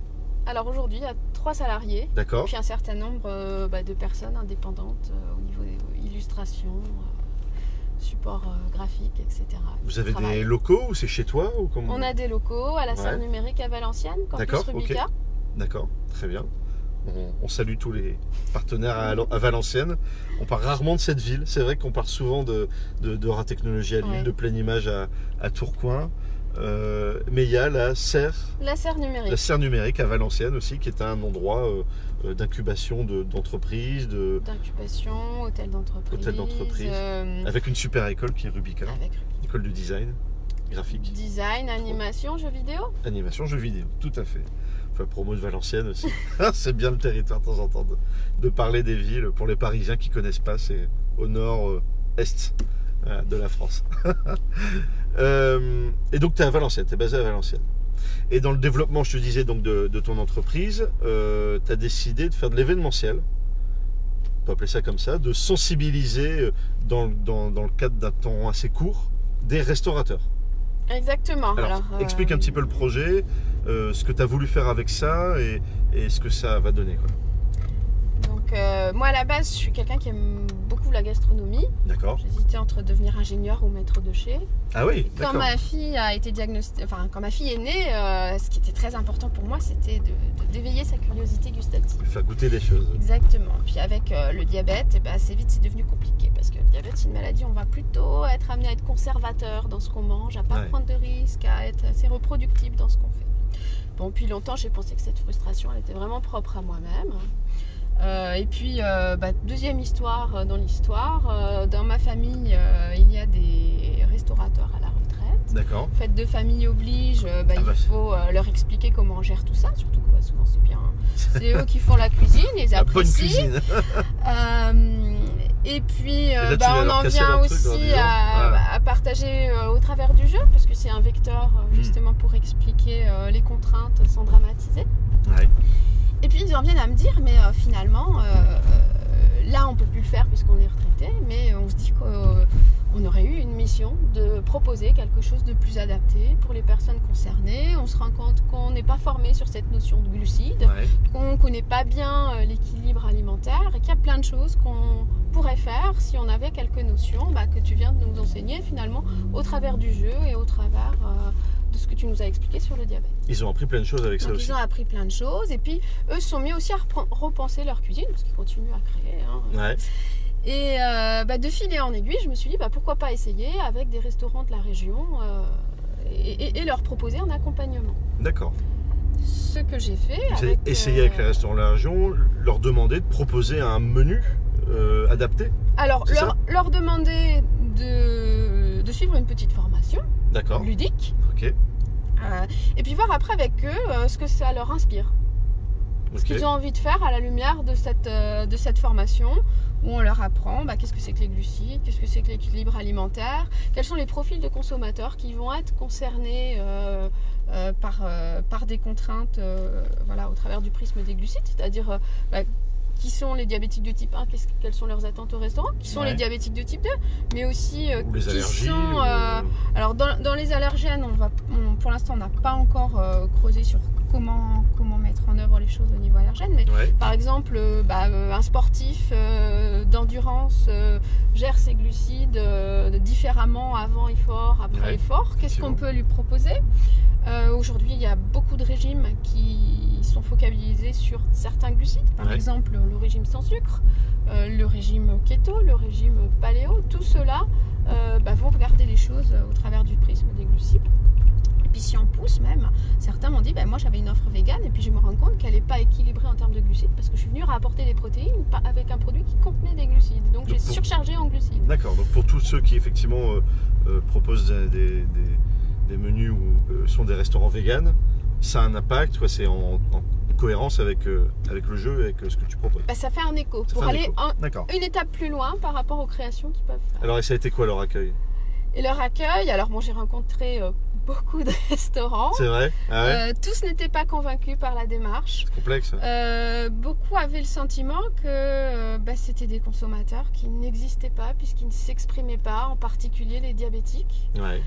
Speaker 2: Alors aujourd'hui, il y a trois salariés,
Speaker 1: D'accord
Speaker 2: puis un certain nombre euh, bah, de personnes indépendantes euh, au niveau des- illustration, euh, support euh, graphique, etc.
Speaker 1: Vous avez des
Speaker 2: Travail.
Speaker 1: locaux ou c'est chez toi ou comment
Speaker 2: On a des locaux à la salle
Speaker 1: Ouais.
Speaker 2: numérique à Valenciennes, campus
Speaker 1: D'accord, ok.
Speaker 2: Rubica.
Speaker 1: D'accord, très bien. On, on salue tous les partenaires à, Val- à Valenciennes. On part rarement de cette ville. C'est vrai qu'on part souvent de, de, de Ra Technologie à Lille,
Speaker 2: Ouais.
Speaker 1: de Pleine Image à, à Tourcoing. Euh, mais il y a la serre,
Speaker 2: La serre
Speaker 1: la
Speaker 2: numérique.
Speaker 1: serre numérique à Valenciennes aussi, qui est un endroit euh, euh, d'incubation de- d'entreprises, de,
Speaker 2: D'incubation, hôtel d'entreprise.
Speaker 1: Hôtel d'entreprise. Ah,
Speaker 2: euh,
Speaker 1: avec une super école qui est Rubica,
Speaker 2: avec
Speaker 1: école de design graphique,
Speaker 2: design, animation, jeux vidéo.
Speaker 1: animation, jeux vidéo, tout à fait. Enfin, promo de Valenciennes aussi. Hein, c'est bien le territoire de temps en temps de, de parler des villes. Pour les Parisiens qui connaissent pas, c'est au nord-est euh, de la France. Euh, et donc, tu es à Valenciennes, tu es basé à Valenciennes. Et dans le développement, je te disais, donc de, de ton entreprise, tu as décidé de faire de l'événementiel. On peut appeler ça comme ça, de sensibiliser euh, dans, dans- dans le cadre d'un temps assez court des restaurateurs.
Speaker 2: Exactement.
Speaker 1: Alors,
Speaker 2: Alors, euh,
Speaker 1: explique un petit peu le projet, euh, ce que tu as voulu faire avec ça et, et ce que ça va donner. quoi.
Speaker 2: Donc euh, moi à la base je suis quelqu'un qui aime beaucoup la gastronomie.
Speaker 1: D'accord
Speaker 2: J'hésitais entre devenir ingénieur ou maître de chez.
Speaker 1: Ah oui,
Speaker 2: Quand
Speaker 1: d'accord.
Speaker 2: ma fille a été diagnosti- enfin quand ma fille est née, euh, ce qui était très important pour moi c'était de- de- d'éveiller sa curiosité gustative.
Speaker 1: Lui Faire goûter des choses.
Speaker 2: Exactement. Puis avec euh, le diabète, eh ben, assez vite c'est devenu compliqué parce que le diabète c'est une maladie, on va plutôt être amené à être conservateur dans ce qu'on mange, à pas
Speaker 1: Ouais.
Speaker 2: prendre de risques, à être assez reproductible dans ce qu'on fait. Bon, puis longtemps j'ai pensé que cette frustration elle était vraiment propre à moi-même. Euh, et puis euh, bah, deuxième histoire euh, dans l'histoire, euh, dans ma famille euh, il y a des restaurateurs à la retraite
Speaker 1: D'accord.
Speaker 2: fête de famille oblige, euh, bah,
Speaker 1: Ah
Speaker 2: il
Speaker 1: bah.
Speaker 2: faut euh, leur expliquer comment on gère tout ça, surtout que bah, souvent c'est bien. C'est eux qui font la cuisine, ils
Speaker 1: La bonne
Speaker 2: apprécient.
Speaker 1: cuisine.
Speaker 2: Euh, Et puis, euh,
Speaker 1: là, tu
Speaker 2: bah,
Speaker 1: vas
Speaker 2: on
Speaker 1: leur
Speaker 2: en
Speaker 1: casser
Speaker 2: vient
Speaker 1: leur truc, leur
Speaker 2: aussi
Speaker 1: disant,
Speaker 2: à,
Speaker 1: ouais.
Speaker 2: à partager euh, au travers du jeu, parce que c'est un vecteur euh,
Speaker 1: Mm.
Speaker 2: justement pour expliquer euh, les contraintes sans dramatiser.
Speaker 1: Ouais.
Speaker 2: Et puis ils en viennent à me dire, mais euh, finalement, euh, euh, là on peut plus le faire puisqu'on est retraité, mais on se dit qu'on aurait eu une mission de proposer quelque chose de plus adapté pour les personnes concernées. On se rend compte qu'on n'est pas formé sur cette notion de glucides,
Speaker 1: Ouais.
Speaker 2: qu'on ne connaît pas bien euh, l'équilibre alimentaire et qu'il y a plein de choses qu'on pourrait faire si on avait quelques notions bah, que tu viens de nous enseigner finalement au travers du jeu et au travers euh, de ce que tu nous as expliqué sur le diabète.
Speaker 1: Ils ont appris plein de choses avec ça
Speaker 2: Donc
Speaker 1: aussi.
Speaker 2: ils ont appris plein de choses et puis eux se sont mis aussi à repren- repenser leur cuisine parce qu'ils continuent à créer. hein.
Speaker 1: Ouais.
Speaker 2: Et euh, bah, de filer en aiguille, je me suis dit bah, pourquoi pas essayer avec des restaurants de la région euh, et, et- et leur proposer un accompagnement.
Speaker 1: D'accord.
Speaker 2: Ce que j'ai fait.
Speaker 1: C'est
Speaker 2: avec,
Speaker 1: essayer avec
Speaker 2: euh,
Speaker 1: les restaurants de la région, leur demander de proposer un menu euh, adapté.
Speaker 2: Alors,
Speaker 1: C'est
Speaker 2: leur, leur demander de, de suivre une petite formation
Speaker 1: D'accord.
Speaker 2: ludique
Speaker 1: Ok.
Speaker 2: euh, et puis voir après avec eux euh, ce que ça leur inspire. ce
Speaker 1: Ok.
Speaker 2: qu'ils ont envie de faire à la lumière de cette, euh, de cette formation où on leur apprend bah, qu'est-ce que c'est que les glucides, qu'est-ce que c'est que l'équilibre alimentaire, quels sont les profils de consommateurs qui vont être concernés euh, euh, par, euh, par des contraintes euh, voilà, au travers du prisme des glucides, c'est-à-dire euh, bah, qui sont les diabétiques de type 1, qu'est-ce- quelles sont leurs attentes au restaurant, qui sont
Speaker 1: Ouais.
Speaker 2: les diabétiques de type 2, mais aussi euh,
Speaker 1: Ou les
Speaker 2: qui
Speaker 1: allergies.
Speaker 2: sont...
Speaker 1: ou-
Speaker 2: euh, alors dans, dans les allergènes, on va, on- pour l'instant, on n'a pas encore euh, creusé sur comment, comment mettre en œuvre les choses au niveau allergène. Mais
Speaker 1: Ouais.
Speaker 2: par exemple, euh, bah, euh, un sportif euh, d'endurance euh, gère ses glucides euh, différemment avant effort, après
Speaker 1: Ouais,
Speaker 2: effort. Qu'est-ce qu'on
Speaker 1: effectivement.
Speaker 2: peut lui proposer Euh, Aujourd'hui, il y a beaucoup de régimes qui sont focalisés sur certains glucides. Par
Speaker 1: Ouais.
Speaker 2: exemple, le régime sans sucre, euh, le régime keto, le régime paléo. Tout cela euh, bah, vont regarder les choses euh, au travers du prisme des glucides. Et puis si on pousse même, certains m'ont dit, bah, moi j'avais une offre végane et puis je me rends compte qu'elle n'est pas équilibrée en termes de glucides parce que je suis venue rapporter des protéines pas- avec un produit qui contenait des glucides. Donc j'ai
Speaker 1: Donc, pour-
Speaker 2: surchargé en glucides.
Speaker 1: D'accord. Donc pour tous ceux qui effectivement euh, euh, proposent des, des- des- des menus ou euh, sont des restaurants véganes, ça a un impact. quoi, C'est en, en cohérence avec, euh, avec le jeu, avec euh, ce que tu proposes.
Speaker 2: Bah, ça fait un écho
Speaker 1: Ça
Speaker 2: pour
Speaker 1: fait un
Speaker 2: aller
Speaker 1: écho.
Speaker 2: un-
Speaker 1: D'accord.
Speaker 2: une étape plus loin par rapport aux créations qu'ils peuvent faire.
Speaker 1: Alors et ça a été quoi leur accueil
Speaker 2: Et leur accueil, alors moi j'ai rencontré euh, beaucoup de restaurants.
Speaker 1: C'est vrai Ah ouais
Speaker 2: Euh, tous n'étaient pas convaincus par la démarche.
Speaker 1: C'est complexe. hein.
Speaker 2: Euh, beaucoup avaient le sentiment que euh, bah, c'était des consommateurs qui n'existaient pas puisqu'ils ne s'exprimaient pas, en particulier les diabétiques.
Speaker 1: Ouais.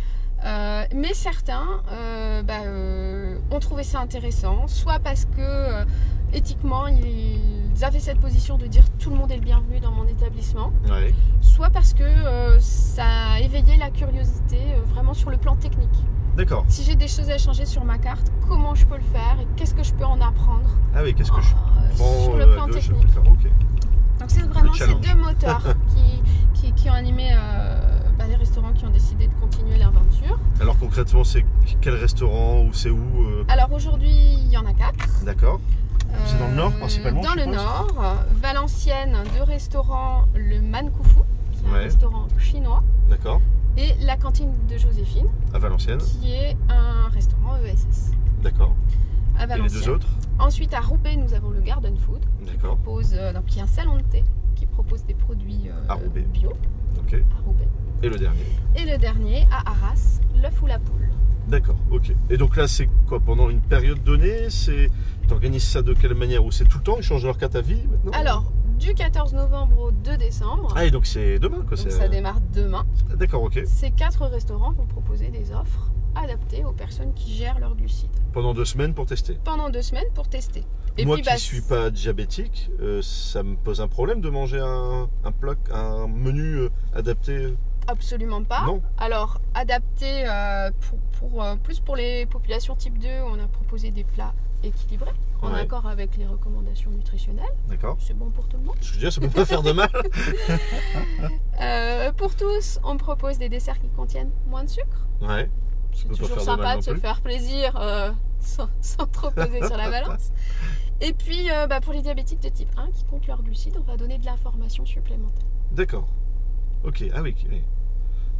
Speaker 2: Euh, mais certains euh, bah, euh, ont trouvé ça intéressant, soit parce que euh, éthiquement ils avaient cette position de dire tout le monde est le bienvenu dans mon établissement,
Speaker 1: Ouais.
Speaker 2: soit parce que euh, ça éveillait la curiosité euh, vraiment sur le plan technique.
Speaker 1: D'accord.
Speaker 2: Si j'ai des choses à changer sur ma carte, comment je peux le faire et qu'est-ce que je peux en apprendre
Speaker 1: Ah oui, qu'est-ce que je
Speaker 2: euh,
Speaker 1: prends
Speaker 2: sur le
Speaker 1: euh,
Speaker 2: plan
Speaker 1: de- je-
Speaker 2: technique.
Speaker 1: d'accord, ok.
Speaker 2: Donc c'est vraiment ces
Speaker 1: challenge.
Speaker 2: deux moteurs qui, qui, qui ont animé euh, bah, les restaurants qui ont décidé de continuer l'aventure.
Speaker 1: Alors concrètement, c'est quel restaurant ou c'est où euh,
Speaker 2: Alors aujourd'hui, il y en a quatre.
Speaker 1: D'accord. C'est dans le
Speaker 2: Euh,
Speaker 1: Nord, principalement,
Speaker 2: Dans
Speaker 1: je
Speaker 2: le
Speaker 1: suppose
Speaker 2: Nord, Euh, Valenciennes, deux restaurants, le Man Koufu, qui est un
Speaker 1: Ouais.
Speaker 2: restaurant chinois,
Speaker 1: D'accord.
Speaker 2: et la cantine de Joséphine,
Speaker 1: À Valenciennes.
Speaker 2: qui est un restaurant ESS
Speaker 1: D'accord. Et
Speaker 2: à
Speaker 1: les deux
Speaker 2: Valenciennes.
Speaker 1: autres
Speaker 2: Ensuite à Roubaix, nous avons le Garden Food,
Speaker 1: D'accord.
Speaker 2: pose, euh, donc, qui est un salon de thé qui propose des produits euh,
Speaker 1: À Roubaix.
Speaker 2: bio
Speaker 1: Ok.
Speaker 2: à Roubaix.
Speaker 1: Et le dernier.
Speaker 2: Et le dernier à Arras, l'œuf ou la poule.
Speaker 1: D'accord. Ok. Et donc là, c'est quoi Pendant une période donnée, c'est t'organises ça de quelle manière Ou c'est tout le temps Ils changent leur carte à vie maintenant
Speaker 2: Alors, du 14 novembre au 2 décembre,
Speaker 1: Ah et donc c'est demain quoi.
Speaker 2: donc
Speaker 1: c'est- euh,
Speaker 2: ça démarre demain,
Speaker 1: D'accord. Ok.
Speaker 2: ces quatre restaurants vont proposer des offres adaptées aux personnes qui gèrent leurs glucides
Speaker 1: Pendant deux semaines pour tester.
Speaker 2: pendant deux semaines pour tester.
Speaker 1: Moi qui
Speaker 2: bah,
Speaker 1: suis pas diabétique, euh, ça me pose un problème de manger un, un plat, un menu euh, adapté. euh,
Speaker 2: Absolument pas.
Speaker 1: Non.
Speaker 2: Alors, adapté euh, pour, pour, euh, plus pour les populations type 2, on a proposé des plats équilibrés en
Speaker 1: Ouais.
Speaker 2: accord avec les recommandations nutritionnelles.
Speaker 1: D'accord.
Speaker 2: C'est bon pour tout le monde.
Speaker 1: Je veux dire, ça peut pas faire de mal.
Speaker 2: Euh, pour tous, on propose des desserts qui contiennent moins de sucre.
Speaker 1: Ouais.
Speaker 2: C'est
Speaker 1: peux pas
Speaker 2: toujours
Speaker 1: faire de mal
Speaker 2: sympa
Speaker 1: non
Speaker 2: de se
Speaker 1: plus.
Speaker 2: faire plaisir euh, sans, sans trop peser sur la balance. Et puis, euh, bah, pour les diabétiques de type 1 qui comptent leurs glucides, on va donner de l'information supplémentaire.
Speaker 1: D'accord. Ok, ah oui. ok, oui.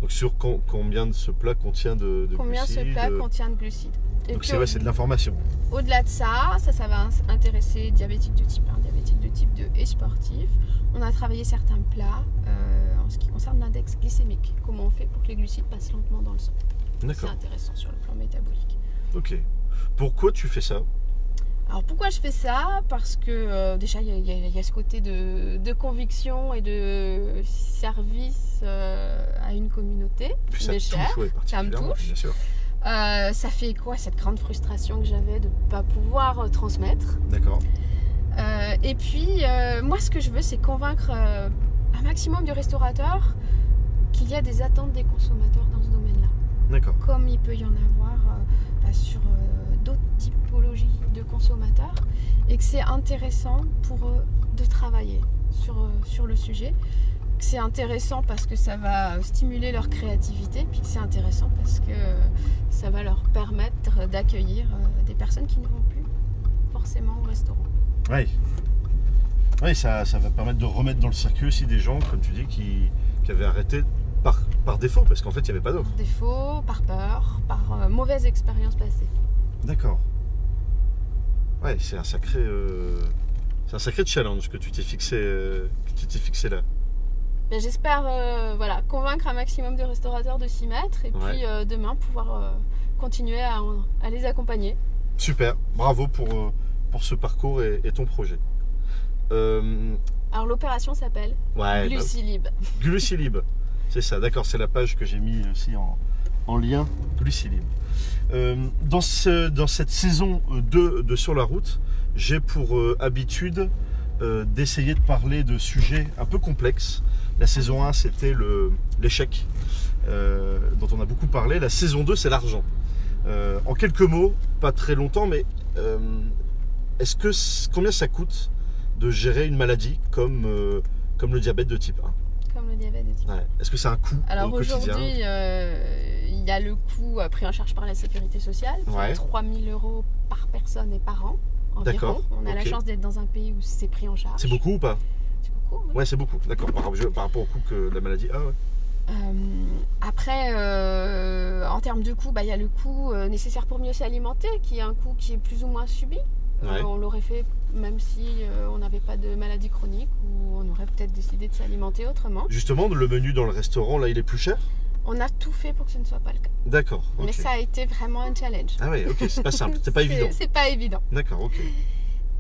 Speaker 1: Donc sur com- combien de ce plat contient de, de
Speaker 2: Combien ce
Speaker 1: glucides,
Speaker 2: plat
Speaker 1: de-
Speaker 2: contient de glucides Et
Speaker 1: Donc
Speaker 2: puis,
Speaker 1: c'est ouais, c'est de l'information.
Speaker 2: au- au-delà de ça, ça, ça va in- intéresser diabétiques de type 1, diabétiques de type 2 et sportifs. On a travaillé certains plats euh, en ce qui concerne l'index glycémique. Comment on fait pour que les glucides passent lentement dans le sang C'est
Speaker 1: D'accord.
Speaker 2: intéressant sur le plan métabolique.
Speaker 1: Ok. Pourquoi tu fais ça
Speaker 2: Alors pourquoi je fais ça Parce que euh, déjà il y a- il y, a- il y a ce côté de, de conviction et de service euh, à une communauté
Speaker 1: Puis
Speaker 2: qui
Speaker 1: ça
Speaker 2: m'est
Speaker 1: te
Speaker 2: chère.
Speaker 1: touche, ouais, particulièrement,
Speaker 2: touche.
Speaker 1: bien sûr.
Speaker 2: Euh, ça fait quoi cette grande frustration que j'avais de ne pas pouvoir euh, transmettre
Speaker 1: D'accord.
Speaker 2: Euh, Et puis euh, moi ce que je veux c'est convaincre euh, un maximum de restaurateurs qu'il y a des attentes des consommateurs dans ce domaine-là.
Speaker 1: D'accord.
Speaker 2: comme il peut y en avoir euh, bah, sur euh, d'autres typologies de consommateurs et que c'est intéressant pour eux de travailler sur, euh, sur le sujet. Que c'est intéressant parce que ça va stimuler leur créativité, puis que c'est intéressant parce que euh, ça va leur permettre d'accueillir euh, des personnes qui ne vont plus forcément au restaurant.
Speaker 1: Oui. Oui, ça, ça va permettre de remettre dans le circuit aussi des gens, comme tu dis, qui, qui avaient arrêté par, par défaut, parce qu'en fait, il n'y avait pas d'offre.
Speaker 2: Par défaut, par peur, par euh, mauvaise expérience passée.
Speaker 1: D'accord. Ouais, c'est un sacré. euh, C'est un sacré challenge que tu t'es fixé, euh, que tu t'es fixé là.
Speaker 2: Ben, J'espère euh, voilà, convaincre un maximum de restaurateurs de s'y mettre et
Speaker 1: Ouais.
Speaker 2: puis euh, demain pouvoir euh, continuer à, à les accompagner.
Speaker 1: Super, bravo pour, euh, pour ce parcours et, et ton projet. Euh,
Speaker 2: Alors l'opération s'appelle
Speaker 1: ouais, bah,
Speaker 2: Glucilib.
Speaker 1: Glucilib. C'est ça, d'accord, c'est la page que j'ai mis aussi en, en lien. Glucilib. Euh, dans, ce- dans cette saison 2 de Sur la route, j'ai pour euh, habitude euh, d'essayer de parler de sujets un peu complexes. La saison 1, c'était le- l'échec, euh, dont on a beaucoup parlé. La saison 2, c'est l'argent. Euh, en quelques mots, pas très longtemps, mais euh, est-ce que c- combien ça coûte de gérer une maladie comme, euh, comme le diabète de type 1
Speaker 2: comme le diabète de type.
Speaker 1: Ouais. Est-ce que c'est un coût
Speaker 2: Alors
Speaker 1: au quotidien
Speaker 2: aujourd'hui, euh, il y a le coût euh, pris en charge par la sécurité sociale, qui
Speaker 1: Ouais.
Speaker 2: est 3000 euros par personne et par an. Environ.
Speaker 1: D'accord,
Speaker 2: On a la
Speaker 1: ok.
Speaker 2: chance d'être dans un pays où c'est pris en charge.
Speaker 1: C'est beaucoup ou pas
Speaker 2: C'est beaucoup, oui.
Speaker 1: Ouais, c'est beaucoup. D'accord, par, rapport- par rapport au coût que la maladie a, ouais.
Speaker 2: Euh, après, euh, en termes de coût, bah, il y a le coût euh, nécessaire pour mieux s'alimenter, qui est un coût qui est plus ou moins subi. Euh,
Speaker 1: Ouais.
Speaker 2: on l'aurait fait même si euh, on n'avait pas de maladie chronique ou on aurait peut-être décidé de s'alimenter autrement.
Speaker 1: Justement, le menu dans le restaurant, là, il est plus cher
Speaker 2: On a tout fait pour que ce ne soit pas le cas.
Speaker 1: D'accord. ok.
Speaker 2: Mais ça a été vraiment un challenge.
Speaker 1: Ah ouais, ok, c'est pas simple, c'est pas évident.
Speaker 2: C'est pas évident.
Speaker 1: D'accord, ok.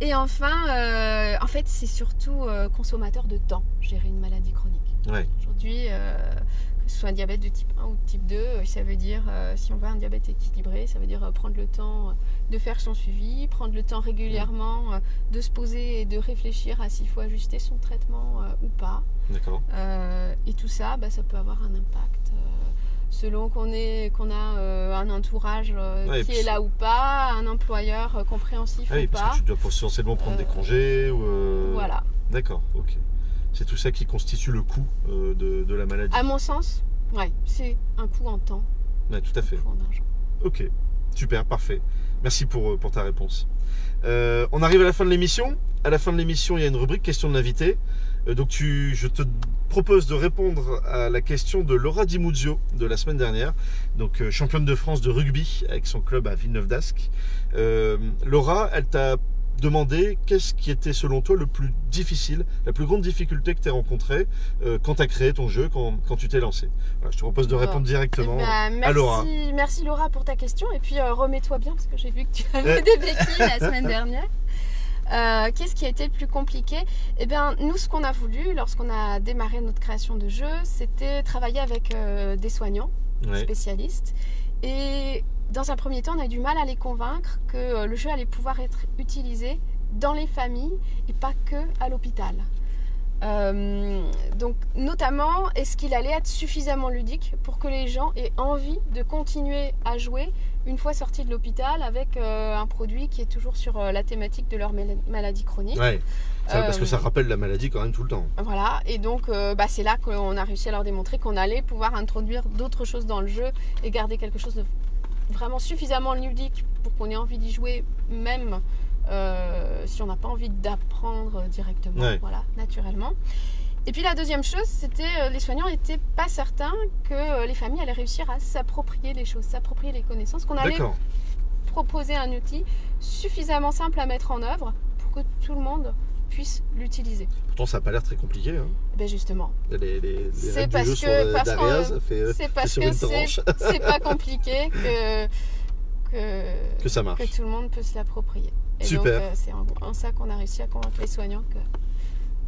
Speaker 2: Et enfin, euh, en fait, c'est surtout euh, consommateur de temps, gérer une maladie chronique.
Speaker 1: Ouais.
Speaker 2: Aujourd'hui, euh, que ce soit un diabète de type 1 ou de type 2, euh, ça veut dire, euh, si on veut un diabète équilibré, ça veut dire euh, prendre le temps euh, de faire son suivi, prendre le temps régulièrement euh, de se poser et de réfléchir à s'il faut ajuster son traitement euh, ou pas.
Speaker 1: D'accord.
Speaker 2: Euh, et tout ça, bah, ça peut avoir un impact euh, selon qu'on est, qu'on a euh, un entourage euh,
Speaker 1: Ouais, et
Speaker 2: qui
Speaker 1: puis
Speaker 2: est
Speaker 1: c'est-
Speaker 2: là ou pas, un employeur euh, compréhensif
Speaker 1: Ah oui,
Speaker 2: ou
Speaker 1: parce
Speaker 2: pas.
Speaker 1: que tu dois potentiellement prendre des
Speaker 2: Euh,
Speaker 1: congés ou. euh,
Speaker 2: Voilà.
Speaker 1: D'accord, ok. C'est tout ça qui constitue le coût euh, de, de la maladie.
Speaker 2: À mon sens, ouais, c'est un coût en temps,
Speaker 1: Ouais, tout à fait.
Speaker 2: un coût en argent.
Speaker 1: Ok, super, parfait. Merci pour, euh, pour ta réponse. Euh, on arrive à la fin de l'émission. À la fin de l'émission, il y a une rubrique question de l'invité. Euh, donc, tu, je te propose de répondre à la question de Laura Di Muzio de la semaine dernière, donc euh, championne de France de rugby avec son club à Villeneuve d'Ascq. Euh, Laura, elle t'a demandé qu'est-ce qui était selon toi le plus difficile, la plus grande difficulté que tu as rencontrée euh, quand tu as créé ton jeu, quand, quand tu t'es lancé. Voilà, je te propose de
Speaker 2: Bon.
Speaker 1: répondre directement.
Speaker 2: Eh ben, merci,
Speaker 1: à Laura.
Speaker 2: merci Laura pour ta question. Et puis euh, remets-toi bien parce que j'ai vu que tu avais des béquilles la semaine dernière. Euh, Qu'est-ce qui a été le plus compliqué Eh bien, nous, ce qu'on a voulu lorsqu'on a démarré notre création de jeu, c'était travailler avec euh, des soignants
Speaker 1: Ouais.
Speaker 2: spécialistes. Et dans un premier temps, on a eu du mal à les convaincre que euh, le jeu allait pouvoir être utilisé dans les familles et pas que à l'hôpital. Euh, donc, notamment, est-ce qu'il allait être suffisamment ludique pour que les gens aient envie de continuer à jouer une fois sortis de l'hôpital avec euh, un produit qui est toujours sur euh, la thématique de leur mal- maladie chronique
Speaker 1: Ouais. Ça, Parce que
Speaker 2: Euh,
Speaker 1: ça rappelle la maladie quand même tout le temps.
Speaker 2: Voilà, et donc euh, bah, c'est là qu'on a réussi à leur démontrer qu'on allait pouvoir introduire d'autres choses dans le jeu et garder quelque chose de vraiment suffisamment ludique pour qu'on ait envie d'y jouer, même euh, si on n'a pas envie d'apprendre directement,
Speaker 1: Ouais.
Speaker 2: voilà, naturellement. Et puis la deuxième chose, c'était euh, les soignants n'étaient pas certains que euh, les familles allaient réussir à s'approprier les choses, s'approprier les connaissances, qu'on allait
Speaker 1: D'accord.
Speaker 2: proposer un outil suffisamment simple à mettre en œuvre pour que tout le monde puisse l'utiliser.
Speaker 1: Pourtant, ça n'a pas l'air très compliqué. Hein.
Speaker 2: Et bien justement,
Speaker 1: Les, les, les
Speaker 2: C'est
Speaker 1: règles
Speaker 2: parce
Speaker 1: du jeu
Speaker 2: que-
Speaker 1: sur euh,
Speaker 2: parce
Speaker 1: Daria,
Speaker 2: qu'on-
Speaker 1: ça fait euh,
Speaker 2: c'est parce
Speaker 1: sur
Speaker 2: que
Speaker 1: une
Speaker 2: c'est
Speaker 1: tranche
Speaker 2: c'est pas compliqué que, que,
Speaker 1: que ça marche.
Speaker 2: que tout le monde peut se l'approprier. Et donc
Speaker 1: Super.
Speaker 2: euh, c'est en, en ça qu'on a réussi à convaincre les soignants que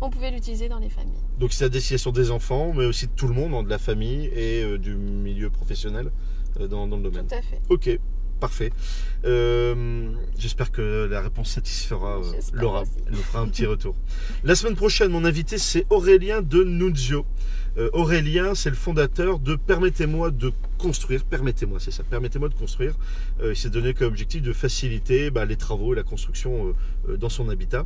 Speaker 2: on pouvait l'utiliser dans les familles.
Speaker 1: Donc c'est la destination des enfants, mais aussi de tout le monde, hein, de la famille et euh, du milieu professionnel euh, dans, dans le domaine.
Speaker 2: Tout à fait.
Speaker 1: Ok, parfait. Euh, J'espère que la réponse satisfera euh,
Speaker 2: J'espère
Speaker 1: Laura.
Speaker 2: aussi.
Speaker 1: Elle nous fera un petit retour. La semaine prochaine, mon invité, c'est Aurélien de Nunzio. Euh, Aurélien, c'est le fondateur de Permettez-moi de construire. Permettez-moi, c'est ça. Permettez-moi de construire. Euh, il s'est donné comme objectif de faciliter bah, les travaux et la construction euh, euh, dans son habitat.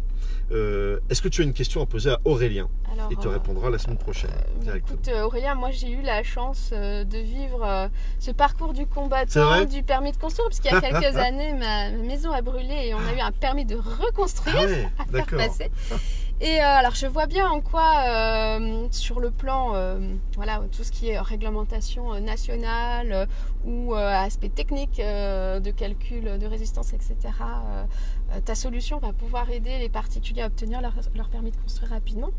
Speaker 1: Euh, Est-ce que tu as une question à poser à Aurélien
Speaker 2: Alors,
Speaker 1: Il te
Speaker 2: euh,
Speaker 1: répondra la semaine prochaine.
Speaker 2: Mais
Speaker 1: directement.
Speaker 2: Écoute, euh, Aurélien, moi j'ai eu la chance euh, de vivre euh, ce parcours du
Speaker 1: C'est vrai
Speaker 2: combattant, du permis de construire, parce qu'il y a quelques années, ma ma maison a brûlé et on a eu un permis de reconstruire
Speaker 1: Ah ouais,
Speaker 2: faire
Speaker 1: d'accord.
Speaker 2: passer. Et euh, alors je vois bien en quoi, euh, sur le plan, euh, voilà, tout ce qui est réglementation euh, nationale euh, ou euh, aspect technique euh, de calcul de résistance, etc., euh, euh, ta solution va pouvoir aider les particuliers à obtenir leur, leur permis de construire rapidement.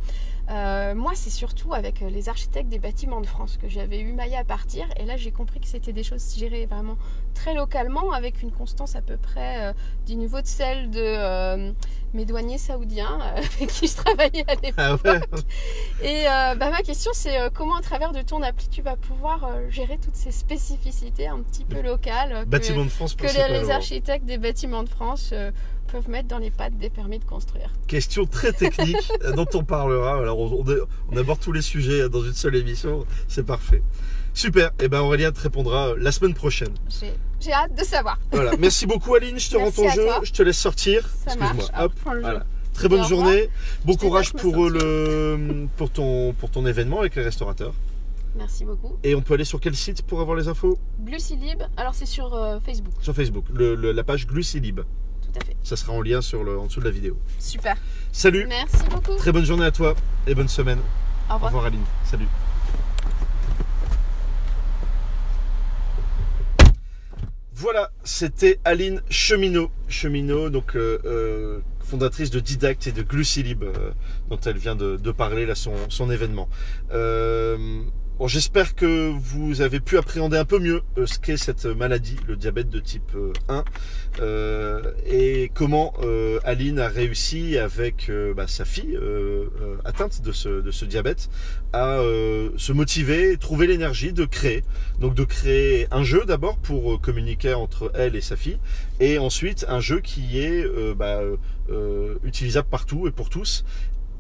Speaker 2: Euh, moi, c'est surtout avec euh, les architectes des bâtiments de France que j'avais eu maille à partir. Et là, j'ai compris que c'était des choses gérées vraiment très localement, avec une constance à peu près euh, du niveau de celle de euh, mes douaniers saoudiens euh, avec qui je travaillais à l'époque.
Speaker 1: Ah ouais,
Speaker 2: Et euh, bah, ma question, c'est euh, comment, à travers de ton appli, tu vas pouvoir euh, gérer toutes ces spécificités un petit peu locales euh, que-
Speaker 1: bâtiment de France
Speaker 2: que, les- les,
Speaker 1: principalement.
Speaker 2: architectes des bâtiments de France euh, peuvent mettre dans les pattes des permis de construire.
Speaker 1: Question très technique euh, dont on parlera. Alors on, on- on aborde tous les sujets dans une seule émission, c'est parfait. Super. Et ben Aurélien te répondra euh, la semaine prochaine.
Speaker 2: J'ai j'ai hâte de savoir.
Speaker 1: Voilà. Merci beaucoup Aline, je te
Speaker 2: Merci
Speaker 1: rends ton
Speaker 2: à
Speaker 1: jeu,
Speaker 2: toi.
Speaker 1: je te laisse sortir.
Speaker 2: Ça marche.
Speaker 1: Excuse-moi.
Speaker 2: Ah,
Speaker 1: Hop.
Speaker 2: prends le jeu.
Speaker 1: Voilà. Très
Speaker 2: Et
Speaker 1: bonne
Speaker 2: au revoir.
Speaker 1: journée. Bon
Speaker 2: Je te
Speaker 1: courage
Speaker 2: laisse me
Speaker 1: pour euh, le pour ton pour ton événement avec les restaurateurs.
Speaker 2: Merci beaucoup.
Speaker 1: Et on peut aller sur quel site pour avoir les infos
Speaker 2: Glucilib, alors c'est sur euh, Facebook.
Speaker 1: Sur Facebook, le- le- la page Glucilib.
Speaker 2: Tout à fait.
Speaker 1: Ça sera en lien sur le en dessous de la vidéo.
Speaker 2: Super.
Speaker 1: Salut.
Speaker 2: Merci beaucoup.
Speaker 1: Très bonne journée à toi et bonne semaine.
Speaker 2: Au
Speaker 1: Au
Speaker 2: revoir.
Speaker 1: revoir Aline. Salut. Voilà, c'était Aline Cheminot. Cheminot, donc euh, euh, fondatrice de Didact et de Glucilib, euh, dont elle vient de, de parler là son, son événement. Euh, bon, j'espère que vous avez pu appréhender un peu mieux euh, ce qu'est cette maladie, le diabète de type euh, 1, euh, et comment euh, Aline a réussi avec euh, bah, sa fille euh, euh, atteinte de ce, de ce diabète à euh, se motiver, trouver l'énergie de créer. Donc de créer un jeu d'abord pour euh, communiquer entre elle et sa fille, et ensuite un jeu qui est euh, bah, euh, euh, utilisable partout et pour tous.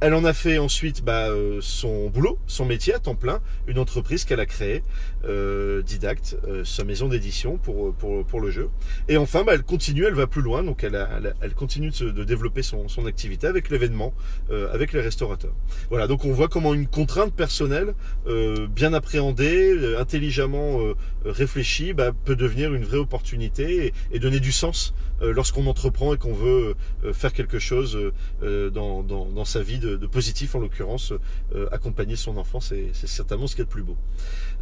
Speaker 1: Elle en a fait ensuite bah, euh, son boulot, son métier à temps plein, une entreprise qu'elle a créée, euh, Didact, euh, sa maison d'édition pour, euh, pour, pour le jeu. Et enfin, bah, elle continue, elle va plus loin, donc elle, a- elle, a- elle continue de, se- de développer son, son activité avec l'événement, euh, avec les restaurateurs. Voilà, donc on voit comment une contrainte personnelle, euh, bien appréhendée, euh, intelligemment euh, euh, réfléchie, bah, peut devenir une vraie opportunité et, et donner du sens euh, lorsqu'on entreprend et qu'on veut euh, faire quelque chose euh, euh, dans, dans, dans sa vie de, de positif, en l'occurrence, euh, accompagner son enfant, c'est c'est certainement ce qu'il y a de plus beau.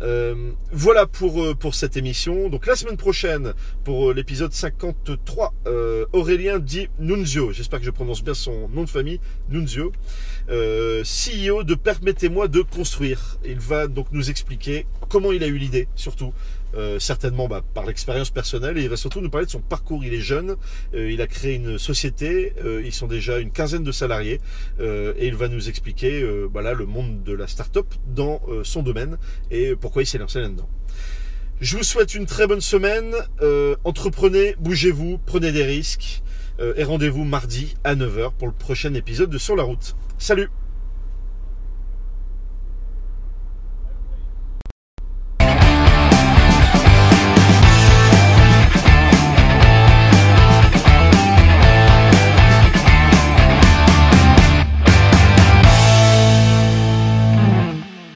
Speaker 1: Euh, voilà pour, euh, pour cette émission. Donc la semaine prochaine, pour euh, l'épisode 53, euh, Aurélien dit Nunzio, j'espère que je prononce bien son nom de famille, Nunzio euh, CEO de Permettez-moi de construire. Il va donc nous expliquer comment il a eu l'idée, surtout. Euh, certainement bah, par l'expérience personnelle et il va surtout nous parler de son parcours. Il est jeune, euh, il a créé une société, euh, ils sont déjà une quinzaine de salariés euh, et il va nous expliquer euh, voilà, le monde de la start-up dans euh, son domaine et pourquoi il s'est lancé là-dedans. Je vous souhaite une très bonne semaine, Euh, entreprenez, bougez-vous, prenez des risques euh, et rendez-vous mardi à 9h pour le prochain épisode de Sur la route. Salut